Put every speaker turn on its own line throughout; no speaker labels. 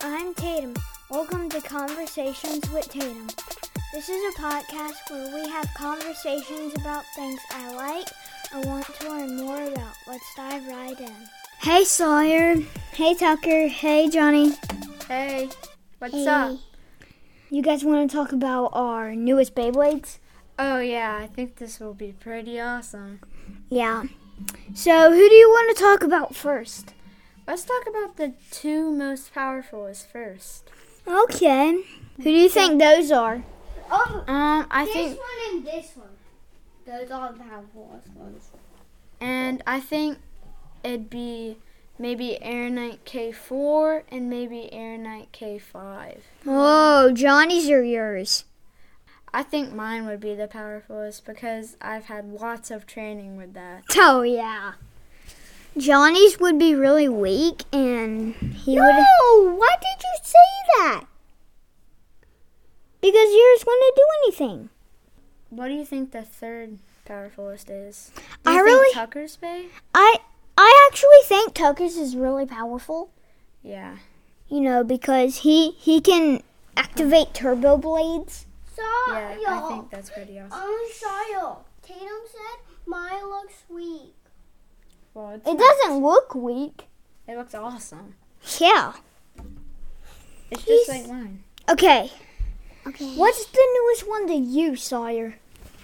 Tatum. Welcome to Conversations with Tatum. This is a podcast where we have conversations about things I like and want to learn more about. Let's dive right in. Hey Sawyer. Hey Tucker. Hey Johnny.
Hey, what's up?
You guys want to talk about our newest Beyblades?
Oh yeah, I think this will be pretty awesome.
Yeah. So, who do you want to talk about first?
Let's talk about the two most powerful is first.
Okay. Who do you think those are?
Oh,
Um, I
this
think,
one and this one. Those are the powerful ones.
and I think it'd be maybe Air Knight K4 and maybe Air Knight K5.
Oh, Johnny's or yours?
I think mine would be the powerfulest because I've had lots of training with that.
Oh, yeah. Johnny's would be really weak and he would.
No, why did you say that?
Because yours wouldn't do anything.
What do you think the third powerfulest is? Do
I
you think
really-
Tucker's Bay?
I I actually think Tucker's is really powerful.
Yeah.
You know, because he he can activate turbo blades.
Yeah,
Sorry,
I think that's pretty awesome.
I'm sorry. Tatum said mine looks weak.
Well, it's-
It doesn't look weak.
it looks awesome.
Yeah.
It's
He's-
just like mine.
Okay.
Okay.
What's the newest one to you, Sawyer?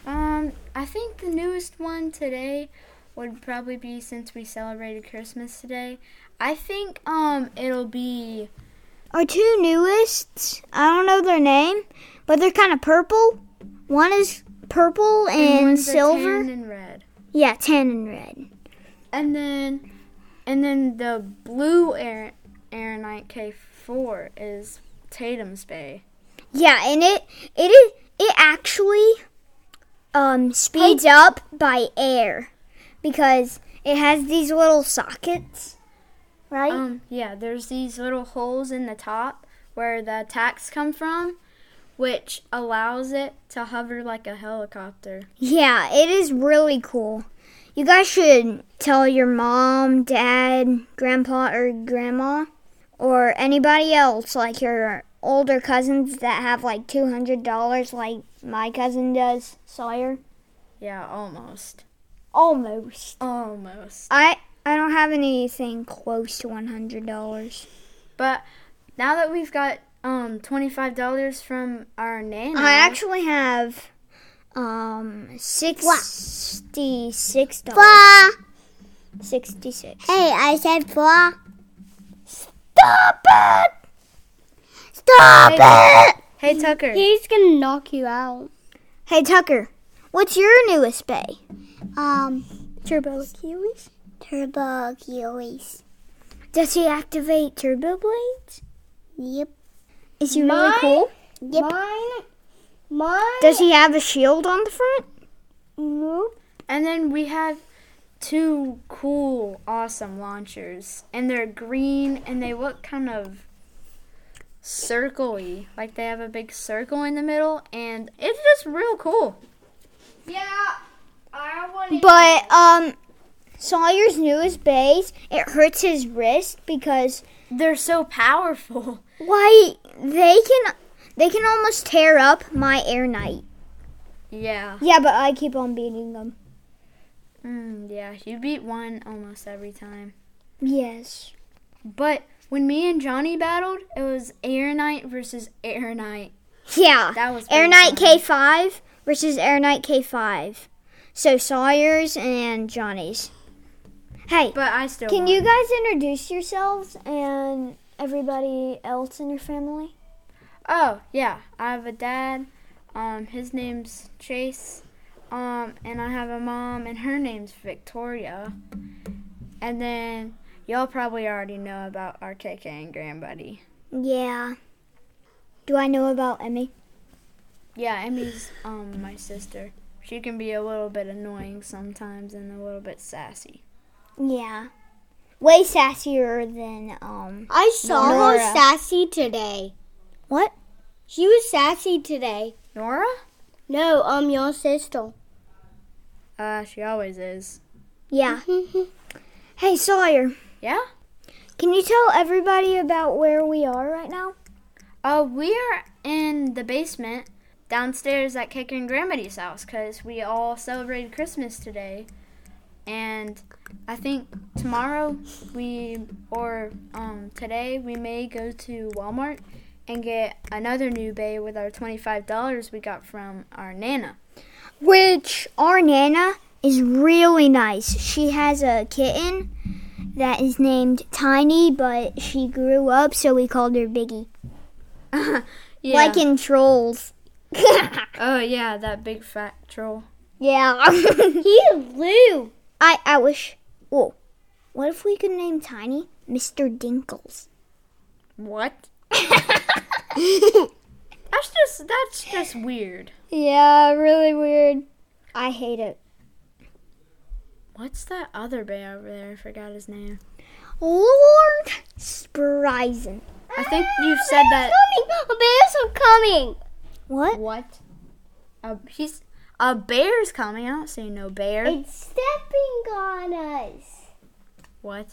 Um, I think the newest one today would probably be since we celebrated Christmas today. I think um it'll be
Our two newest, I don't know their name, but they're kind of purple. One is purple and,
ones are
silver.
tan and red.
Yeah, tan and red.
And then and then the blue Air Aeronite K4 is Tatum's Bay.
Yeah, and it it is it actually um speeds up by air because it has these little sockets, right?
Um yeah, there's these little holes in the top where the attacks come from which allows it to hover like a helicopter.
yeah, it is really cool. You guys should tell your mom, dad, grandpa, or grandma, or anybody else, like your older cousins that have like two hundred dollars, like my cousin does, Sawyer.
Yeah, almost.
Almost.
Almost.
I I don't have anything close to one hundred dollars.
But now that we've got um twenty five dollars from our nana,
I actually have um sixty six dollars. Sixty six.
Hey, I said four. Stop it! Stop it!
hey Tucker,
He's gonna knock you out.
Hey Tucker, what's your newest bay?
Um,
Turbo Achilles.
turbo Achilles.
Does he activate turbo blades?
Yep.
Is he really cool?
Yep. Mine. Mine.
Does he have a shield on the front?
Nope.
and then we have two cool, awesome launchers, and they're green and they look kind of circly, like they have a big circle in the middle, and it's just real cool.
Yeah, I want to.
But um, Sawyer's newest bays it hurts his wrist because
They're so powerful.
why they can they can almost tear up my air knight.
Yeah,
Yeah, but I keep on beating them.
mm, yeah, you beat one almost every time.
Yes.
But when me and Johnny battled, it was Air Knight versus Air Knight.
Yeah.
That was
Air
pretty
Knight
fun.
K5 versus Air Knight K5. So Sawyer's and Johnny's. Hey,
But I still
can
won.
you guys introduce yourselves and everybody else in your family?
Oh yeah, I have a dad. Um, his name's Chase. Um, and I have a mom, and her name's Victoria. And then y'all probably already know about our KK and Grandbuddy.
Yeah. Do I know about Emmy?
Yeah, Emmy's um my sister. She can be a little bit annoying sometimes and a little bit sassy.
Yeah. Way sassier than um
I saw
Nora.
her sassy today.
what?
She was sassy today.
Nora?
No, um, your sister.
Uh, she always is.
Yeah. hey Sawyer,
Yeah.
can you tell everybody about where we are right now?
Uh, we are in the basement downstairs at Kicker and Gravity's house because we all celebrated Christmas today. And I think tomorrow we, or um, today, we may go to Walmart and get another new bay with our $25 we got from our Nana.
Which our Nana is really nice. She has a kitten that is named Tiny, but she grew up, so we called her Biggie.
Yeah.
Like in Trolls.
oh, yeah, that big fat troll.
yeah.
You Lou.
I, I wish. Whoa. What if we could name Tiny Mr. Dinkles?
What? That's just, that's just weird.
Yeah, really weird. I hate it.
What's that other bay over there? I forgot his name.
Lord Sprizen.
I think you've said that.
Ah, Coming. A bear's coming.
What?
What? A, he's a bear's coming. I don't see no bear.
It's stepping on us.
What?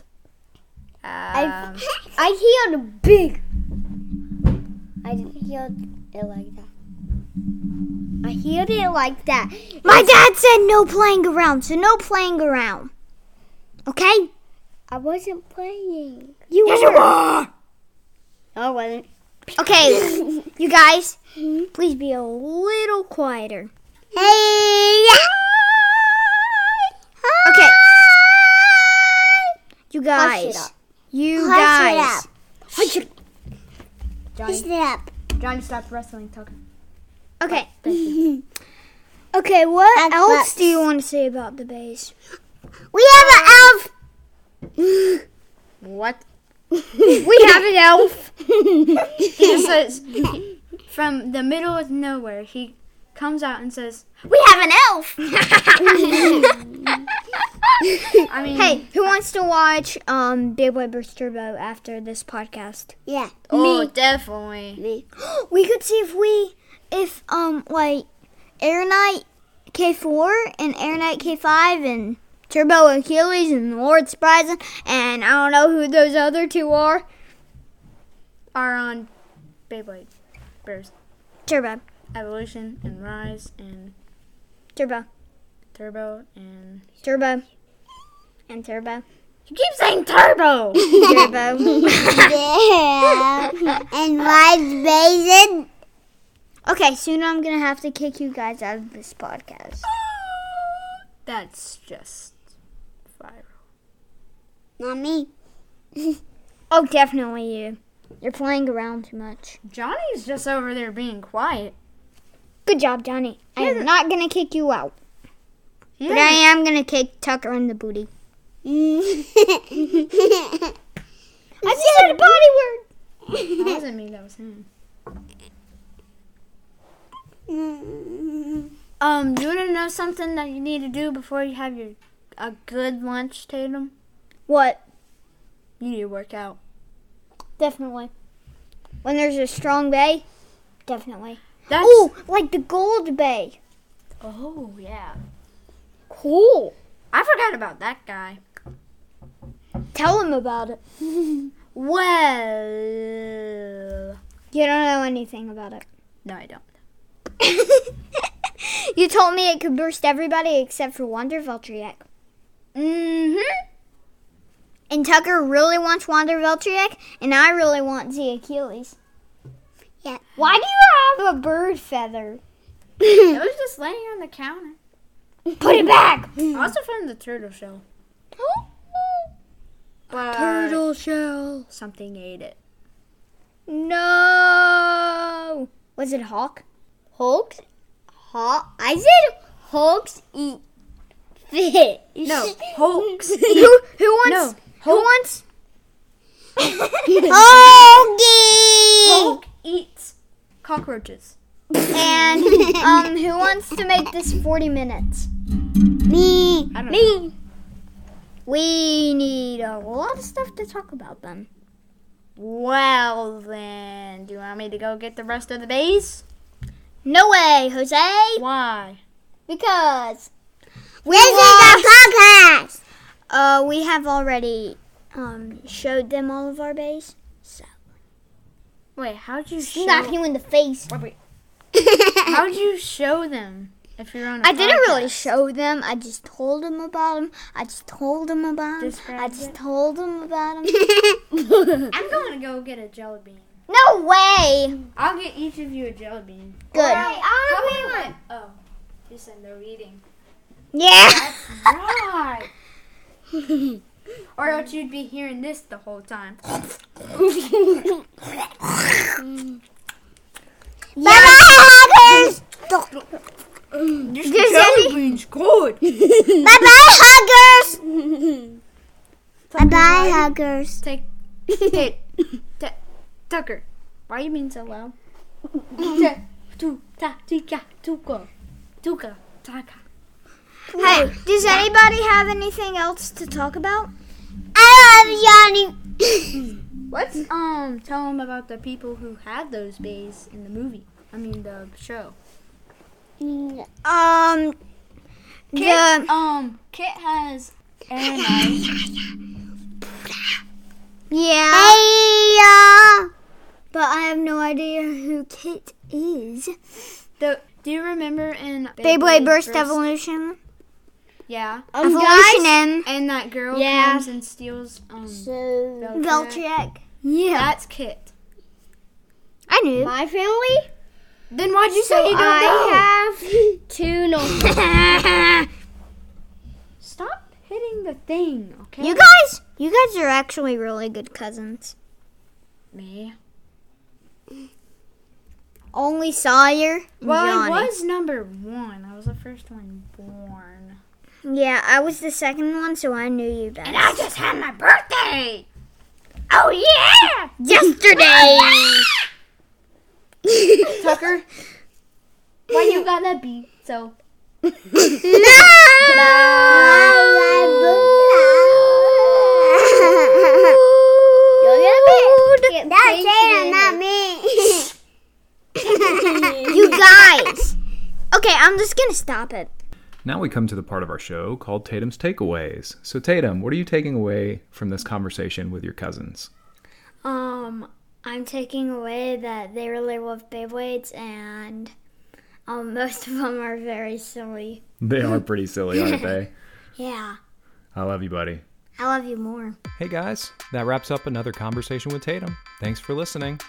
I
Um,
I healed big. I healed it like that. I healed it like that.
My dad said no playing around, so no playing around. Okay?
I wasn't playing.
You were.
No, I wasn't.
Oh, Okay, you guys,
Mm-hmm.
please be a little quieter.
Hey.
Okay. You
Hush it
guys.
up.
You
Hush it
guys.
up. Hush it up.
Johnny, stop wrestling. Talk.
Okay. Okay, what
That's
else
nuts.
do you want to say about the base?
We have an elf.
What?
We have an elf.
He just says from the middle of nowhere. He comes out and says,
We have an elf.
"I mean,
hey, who wants to watch um Big Boy Burst Turbo after this podcast?
Yeah.
oh, definitely."
Me.
we could see if we if um like Air Knight K four and Air Knight K five and Turbo Achilles and Lord Surprising and I don't know who those other two are.
Are on Beyblade, Bears,
Turbo.
Evolution, and Rise, and
Turbo.
Turbo, and
Turbo. And Turbo.
you keep saying Turbo.
Turbo.
Yeah. and Ryan's basin.
okay, soon I'm gonna have to kick you guys out of this podcast.
That's just viral.
Not me.
Oh definitely you. You're playing around too much.
Johnny's just over there being quiet.
Good job, Johnny. I am not gonna kick you out.
He
But I am gonna kick Tucker in the booty.
I
just said a body word.
doesn't- that wasn't me. That was him. Um, you wanna know something that you need to do before you have your a good lunch, Tatum?
What?
You need to work out.
Definitely. When there's a strong bay, definitely.
That's
Oh, like the gold bay.
oh yeah.
Cool.
I forgot about that guy.
Tell him about it.
Well,
You don't know anything about it.
no, I don't.
you told me it could burst everybody except for Wander Veltriek.
Mm-hmm.
And Tucker really wants Wander Veltriek, and I really want the Achilles.
Yeah.
Why do you have a bird feather?
It was just laying on the counter.
Put it back.
Also from the turtle shell. But
shell.
Something ate it.
No. Was it a hawk?
Hulks. Hawk. I said Hulks eat fish.
No, hoax.
who who wants
No.
who wants
Hoagie.
Hulk eats cockroaches.
and um who wants to make this 40 minutes?
Me.
I don't
Me.
We need a lot of stuff to talk about then.
Well then, do you want me to go get the rest of the bays?
No way, Jose.
Why?
Because
This is a podcast.
uh we have already um showed them all of our base. So
Wait, how'd you show?
Slap you in the face.
Wait, wait,
I
how'd you show them if you're on? I
didn't really show them. I just told them about them. I just told them about them. I
Describe
just
it.
told them about them.
I'm going to go get a jelly bean.
no way.
I'll get each of you a jelly bean.
Good.
about- Oh, you said no eating.
Yeah.
Right. or else you'd be hearing this the whole time.
Bye bye, huggers.
This
Does jelly any-
bean's good.
Bye bye, huggers. Bye bye, huggers.
Take, take, ta- Tucker. Why you mean so loud? Ta- tu- ta- tika- tuko. Tuka. Taka.
Hey, does anybody have anything else to talk about?
I love Johnny.
Let's um tell them about the people who had those bays in the movie. I mean the show.
Um, the
Um, Kit has air knives.
yeah. uh,
Hey,
But I have no idea who Kit is.
The do you remember in
Beyblade Burst Evolution.
Yeah,
Um,
Evolution
and that girl
Yeah.
comes and steals um.
So,
M. Veltrek.
Yeah, that's Kit.
I knew.
my family?
Then why'd you say you don't know?
I have two no.
Stop hitting the thing, okay?
you guys, you guys are actually really good cousins.
me.
Only Sawyer and
Well,
Johnny.
I was number one. I was the first one born.
Yeah, I was the second one, so I knew you best.
I just had my birthday. Oh yeah!
Yesterday.
Tucker, why you gotta be so?
That's Jada, not me.
you guys. Okay, I'm just gonna stop it.
Now we come to the part of our show called Tatum's Takeaways. So, Tatum, what are you taking away from this conversation with your cousins?
Um, I'm taking away that they really love Beyblades, and um, most of them are very silly.
They are pretty silly, aren't they?
Yeah,
I love you, buddy.
I love you more.
Hey guys, that wraps up another conversation with Tatum. Thanks for listening.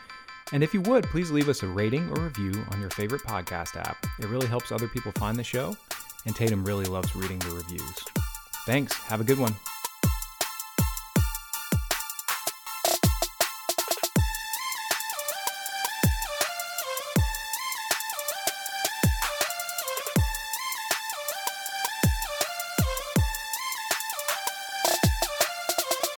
And if you would, please leave us a rating or review on your favorite podcast app. It really helps other people find the show, and Tatum really loves reading the reviews. Thanks. Have a good one.